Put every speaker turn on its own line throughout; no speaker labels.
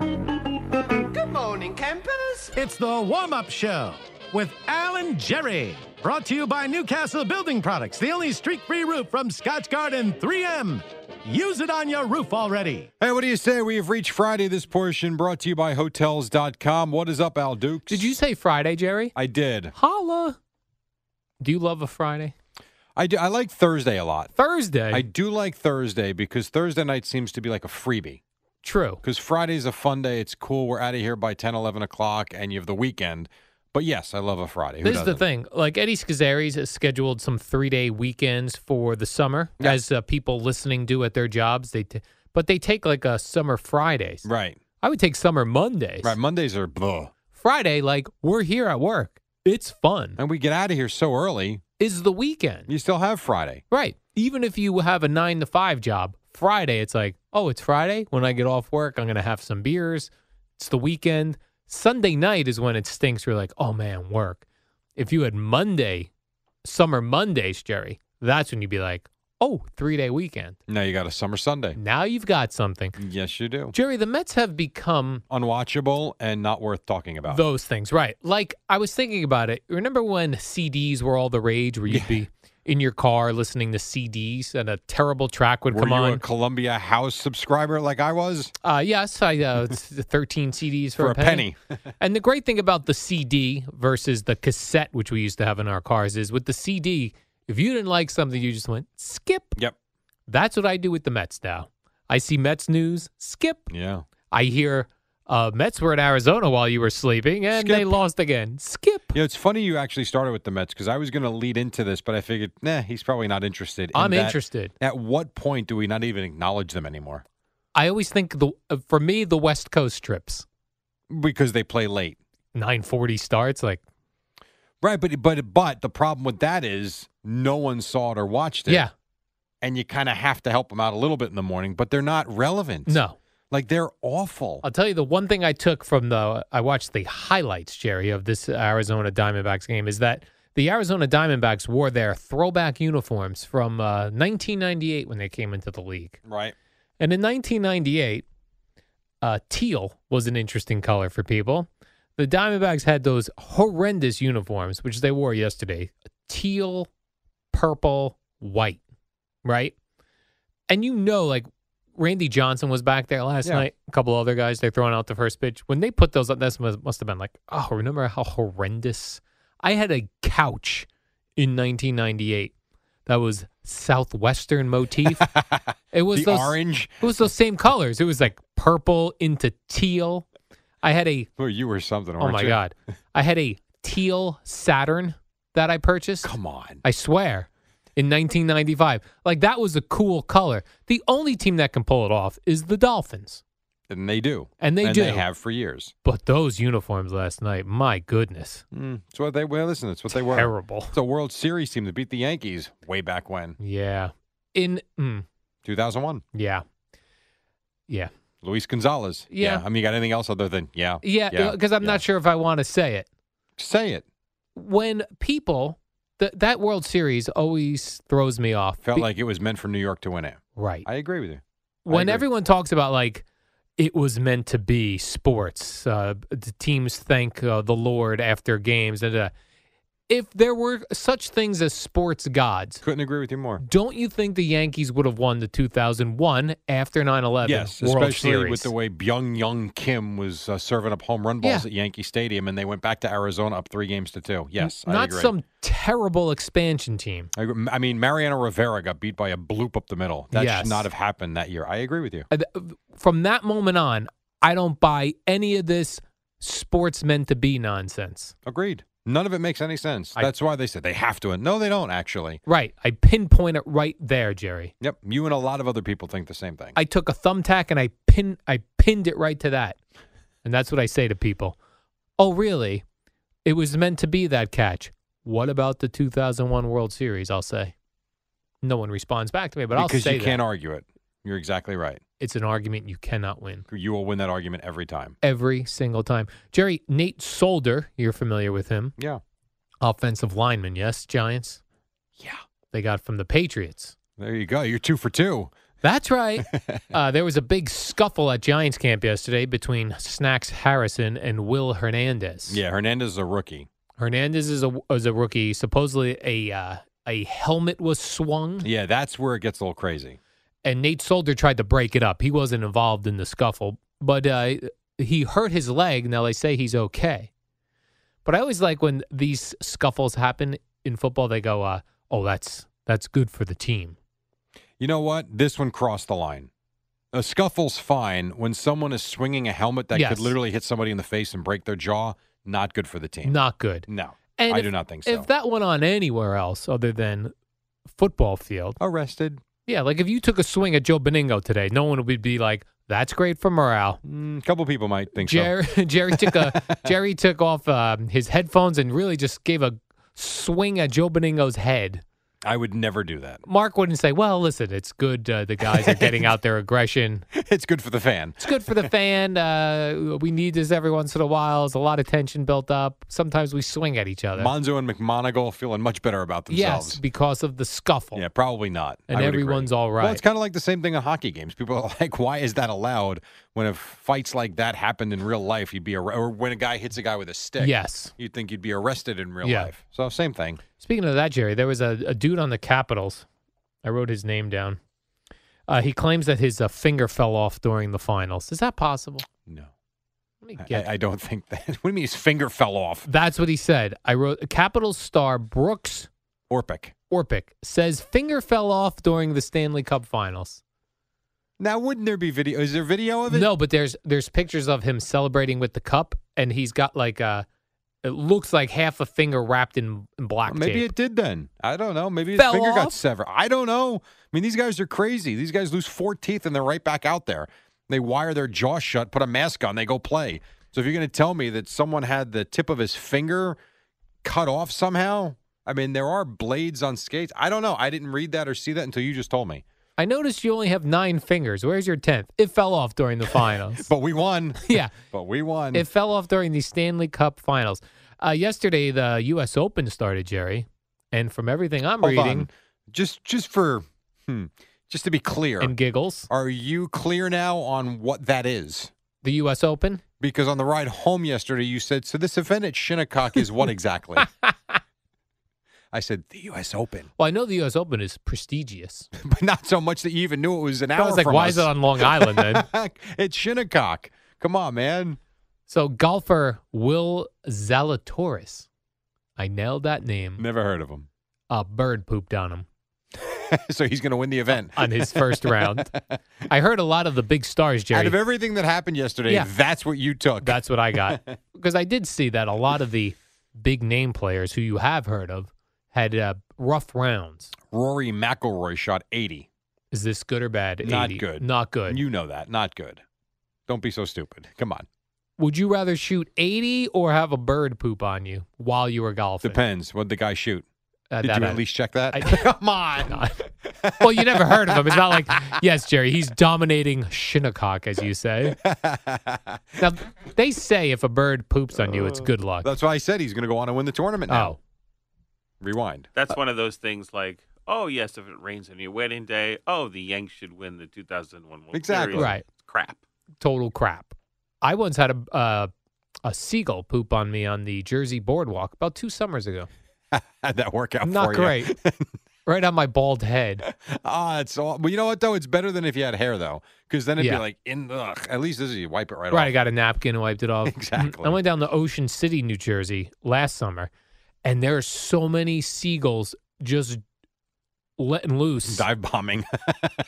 Good morning, campers.
It's the warm up show with Alan Jerry. Brought to you by Newcastle Building Products, the only streak free roof from Scotch Garden 3M. Use it on your roof already.
Hey, what do you say? We've reached Friday this portion brought to you by Hotels.com. What is up, Al Dukes?
Did you say Friday, Jerry?
I did.
Holla. Do you love a Friday?
I, do, I like Thursday a lot.
Thursday.
I do like Thursday because Thursday night seems to be like a freebie.
True.
Because Friday's a fun day. It's cool. We're out of here by 10, 11 o'clock, and you have the weekend. But yes, I love a Friday. Who
this is the
doesn't?
thing. Like Eddie Scazzeri's has scheduled some three-day weekends for the summer,
Yeah.
as uh, people listening do at their jobs. They, t- but they take like a summer Fridays.
Right.
I would take summer Mondays.
Right. Mondays are blah.
Friday, like we're here at work. It's fun.
And we get out of here so early.
Is the weekend.
You still have Friday.
Right. Even if you have a nine to five job, Friday, it's like, oh, it's Friday. When I get off work, I'm going to have some beers. It's the weekend. Sunday night is when it stinks. You're like, oh, man, work. If you had Monday, summer Mondays, Jerry, that's when you'd be like, oh, three day weekend.
Now you got a summer Sunday.
Now you've got something.
Yes, you do.
Jerry, the Mets have become
Unwatchable and not worth talking about.
those things, right? Like I was thinking about it. Remember when CDs were all the rage, where you'd be in your car listening to CDs and a terrible track would
Were
come
you
on?
a Columbia House subscriber like I was?
Uh, yes, I uh, it's 13 CDs for,
For a penny.
and the great thing about the CD versus the cassette, which we used to have in our cars, is with the CD, if you didn't like something, you just went skip.
Yep.
That's what I do with the Mets now. I see Mets news, skip.
Yeah.
I hear uh, Mets were in Arizona while you were sleeping, and they
Skip.
lost again, skip.
Yeah, it's funny you actually started with the Mets because I was going to lead into this, but I figured, nah, he's probably not interested. in
I'm
that.
interested.
At what point do we not even acknowledge them anymore?
I always think the uh, for me the West Coast trips,
Because they play late,
9:40 starts, like
right? But but but the problem with that is no one saw it or watched it.
yeah,
and you kind of have to help them out a little bit in the morning, but they're not relevant.
no.
like they're awful.
I'll tell you the one thing I took from the I watched the highlights, Jerry, of this Arizona Diamondbacks game is that the Arizona Diamondbacks wore their throwback uniforms from uh, 1998 when they came into the league,
right?
and in 1998, uh, teal was an interesting color for people. The Diamondbacks had those horrendous uniforms which they wore yesterday: teal, purple, white, right? And you know, like Randy Johnson was back there last
Yeah.
night. A couple other guys, they're throwing out the first pitch. When they put those up, that must must have been like, oh, remember how horrendous? I had a couch in 1998 that was Southwestern motif. it was
the
those,
orange.
It was those same colors. It was like purple into teal. I had a
Well, you were something.
oh
weren't
my
you?
god, I had a teal Saturn that I purchased.
Come on.
I swear. In 1995. Like, that was a cool color. The only team that can pull it off is the Dolphins.
And they do.
And they
and
do.
They have for years.
But those uniforms last night, my goodness.
Mm, it's what they well, listen. It's what they were.
Terrible.
It's a World Series team that beat the Yankees way back when,
Yeah. In, mm,
2001.
yeah. Yeah.
Luis Gonzalez.
Yeah.
I mean, you got anything else other than yeah?
Yeah. Because I'm
yeah.
not sure if I want to say it.
Say it.
When people, th- that World Series always throws me off.
Felt
Be-
like it was meant for New York to win it.
right.
I agree with you. I
when
agree.
everyone talks about like it was meant to be sports, uh, the teams thank uh, the Lord after games. Da, da, da. If there were such things as sports gods,
Couldn't agree with you more.
don't you think the Yankees would have won the 2001 after 9/11
Yes,
World
especially
Series?
with the way Byung Young Kim was uh, serving up home run balls
Yeah.
at Yankee Stadium, and they went back to Arizona up three games to two. Yes, I
not
agree.
some terrible expansion team.
I, agree. I mean, Mariano Rivera got beat by a bloop up the middle. That
Yes.
should not have happened that year. I agree with you.
Uh, th- From that moment on, I don't buy any of this sports meant to be nonsense.
Agreed. None of it makes any sense.
I-
That's why they said they have to. And no, they don't actually.
Right. I pinpoint it right there, Jerry.
Yep. You and a lot of other people think the same thing.
I took a thumbtack and I pin I pinned it right to that. And that's what I say to people. Oh, really? It was meant to be that catch. What about the 2001 World Series, I'll say. No one responds back to me, but I'll
because
say
you
that.
can't argue it. You're exactly right.
it's an argument you cannot win
You will win that argument every time.
every single time. Jerry Nate Solder, you're familiar with him.
Yeah.
Offensive lineman, yes, Giants.
Yeah.
They got from the Patriots.
There you go. You're two for two.
That's right. uh, there was a big scuffle at Giants camp yesterday between Snacks Harrison and Will Hernandez.
Yeah. Hernandez is a rookie.
Hernandez is a is a rookie. Supposedly a uh, a helmet was swung,
Yeah. That's where it gets a little crazy.
and Nate Solder tried to break it up. He wasn't involved in the scuffle, but uh, he hurt his leg. Now they say he's okay. But I always like when these scuffles happen in football. They go, uh, "Oh, that's that's good for the team."
You know what? This one crossed the line. A scuffle's fine when someone is swinging a helmet that
Yes.
could literally hit somebody in the face and break their jaw. Not good for the team.
Not good.
No,
And
I
if-
do not think so.
If that went on anywhere else other than football field,
Arrested.
yeah, like if you took a swing at Joe Beningo today, no one would be like, "That's great for morale."
Mm, couple people might think
Jerry, Jerry took a Jerry took off um, his headphones and really just gave a swing at Joe Beningo's
so.
head.
I would never do that.
Mark wouldn't say, "Well, listen, it's good. Uh, the guys are getting out their aggression.
It's good for the fan.
It's good for the fan. Uh, we need this every once in a while. There's a lot of tension built up. Sometimes we swing at each other.
Monzo and McMonagle feeling much better about
yes,
themselves.
because of the scuffle.
Yeah, probably not.
And
I would agree.
everyone's all
Well, it's
right.
kind of like the same thing in hockey games. People are like, "Why is that allowed?" When if fights like that happened in real life, you'd be arre- or when a guy hits a guy with a stick.
Yes.
you'd think you'd be arrested in real
Yeah.
life. So same thing.
Speaking of that, Jerry, there was a, a dude on the Capitals. I wrote his name down. Uh, he claims that his uh, finger fell off during the finals. Is that possible?
No,
Let me
I-
get
I, I don't think that. What do you mean his finger fell off?
That's what he said. I wrote Capitals star Brooks
Orpik.
Orpik says finger fell off during the Stanley Cup finals.
Now, wouldn't there be video? Is there video of it?
No, but there's there's pictures of him celebrating with the cup and he's got like a it looks like half a finger wrapped in, in black
Maybe
tape.
it did then. I don't know. Maybe his
Fell
finger
off?
got severed. I don't know. I mean, these guys are crazy. These guys lose four teeth and they're right back out there. They wire their jaw shut, put a mask on, they go play. So if you're going to tell me that someone had the tip of his finger cut off somehow, I mean, there are blades on skates. I don't know. I didn't read that or see that until you just told me.
I noticed you only have nine fingers. Where's your tenth? It fell off during the finals.
But we won.
yeah.
But we won.
It fell off during the Stanley Cup finals. Uh, yesterday the US Open started, Jerry. And from everything I'm
Hold
reading
on. Just just for hmm, just to be clear,
and giggles,
are you clear now on what that is?
the US Open
Because on the ride home yesterday, you said, so this event at Shinnecock is what exactly? I said, the U.S. Open.
Well, I know the U.S. Open is prestigious.
But not so much that you even knew it was an
I
hour
was like,
from
why
us.
is it on Long Island then?
it's Shinnecock. Come on, man.
so golfer Will Zalatoris, I nailed that name.
Never heard of him.
A bird pooped on him
so he's going to win the event.
on his first round. I heard a lot of the big stars, Jerry.
Out of everything that happened yesterday,
Yeah.
that's what you took.
That's what I got because I did see that a lot of the big name players who you have heard of had uh, rough rounds.
Rory McIlroy shot 80.
Is this good or bad?
Not
80.
good.
Not good.
You know that. Not good. Don't be so stupid. Come on.
Would you rather shoot 80 or have a bird poop on you while you were golfing?
Depends. What did the guy shoot?
Uh,
Did
that
you
I-
at least check that?
I-
Come on.
God. well, you never heard of him. It's not like, yes, Jerry, he's dominating Shinnecock, as you say. Now, they say if a bird poops on you, it's good luck.
That's why I said he's going to go on and win the tournament now.
Oh,
Rewind.
That's one of those things like, oh yes, if it rains on your wedding day, oh the Yanks should win the 2001 World
Exactly.
Series.
Right.
Crap.
total crap. I once had a uh, a seagull poop on me on the Jersey boardwalk about two summers ago.
Had that work out
Not
for
great.
you.
Right on my bald head.
ah, it's all. But you know what though? It's better than if you had hair though, because then it'd
Yeah.
be like in the. ugh, At least this is you wipe it right,
Right, I
off.
got a napkin and wiped it off.
Exactly.
I went down to Ocean City, New Jersey last summer, and there are so many seagulls just letting loose.
Dive bombing.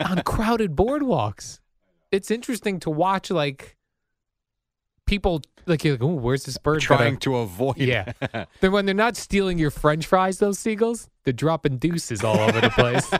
on crowded boardwalks. It's interesting to watch like people like you're like, Ooh, where's this bird? that
Trying
I-"
to avoid.
Yeah. then when they're not stealing your French fries, those seagulls, they're dropping deuces all over the place.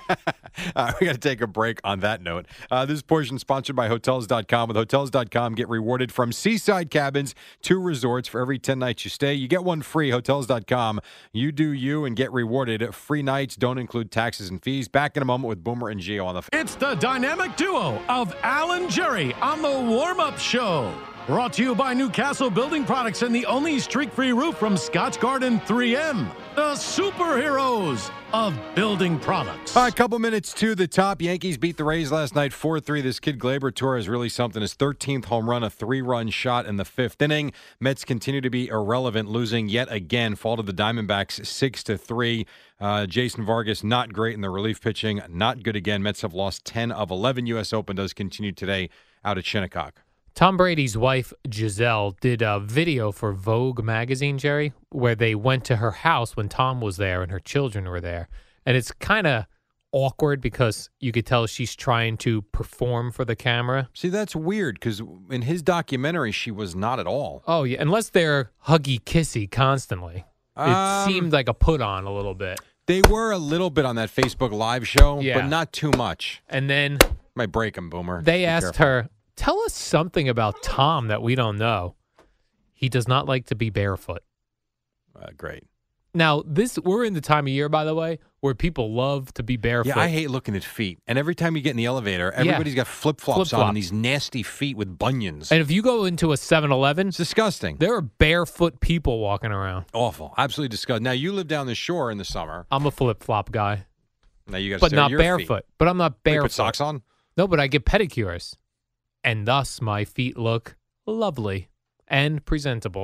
Uh, we got to take a break on that note. Uh, this portion sponsored by Hotels.com. With Hotels.com, get rewarded from seaside cabins to resorts for every 10 nights you stay. You get one free, Hotels.com. You do you and get rewarded. Free nights don't include taxes and fees. Back in a moment with Boomer and Geo on the.
It's the dynamic duo of Alan Jerry on the warm up show. Brought to you by Newcastle Building Products and the only streak free roof from Scotch Garden 3M, the superheroes of building products.
All right, couple minutes to the top. Yankees beat the Rays last night 4 3. This kid, Glaber Torres, really something. His 13th home run, a three run shot in the fifth inning. Mets continue to be irrelevant, losing yet again. Fall to the Diamondbacks 6 to 3. Uh, Jason Vargas, not great in the relief pitching, not good again. Mets have lost 10 of 11. U.S. Open does continue today out at Shinnecock.
Tom Brady's wife, Giselle, did a video for Vogue magazine, Jerry, where they went to her house when Tom was there and her children were there. And it's kind of awkward because you could tell she's trying to perform for the camera.
See, that's weird because in his documentary, she was not at all.
Oh, yeah. Unless they're huggy kissy constantly. It
Um,
seemed like a put on a little bit.
They were a little bit on that Facebook Live show,
Yeah.
but not too much.
And then
Might break him, Boomer.
they
Be
asked
careful.
her, Tell us something about Tom that we don't know. He does not like to be barefoot.
Uh, great.
Now, this we're in the time of year, by the way, where people love to be barefoot.
Yeah, I hate looking at feet. And every time you get in the elevator, everybody's got flip flops on
Flip-flop.
and these nasty feet with bunions.
And if you go into a 7 Eleven,
it's disgusting.
there are barefoot people walking around.
Awful. Absolutely disgusting. Now you live down the shore in the summer.
I'm a flip flop guy,
Now you got to
but not barefoot. But I'm not
You
barefoot.
put socks on.
No, but I get pedicures. And thus my feet look lovely and presentable.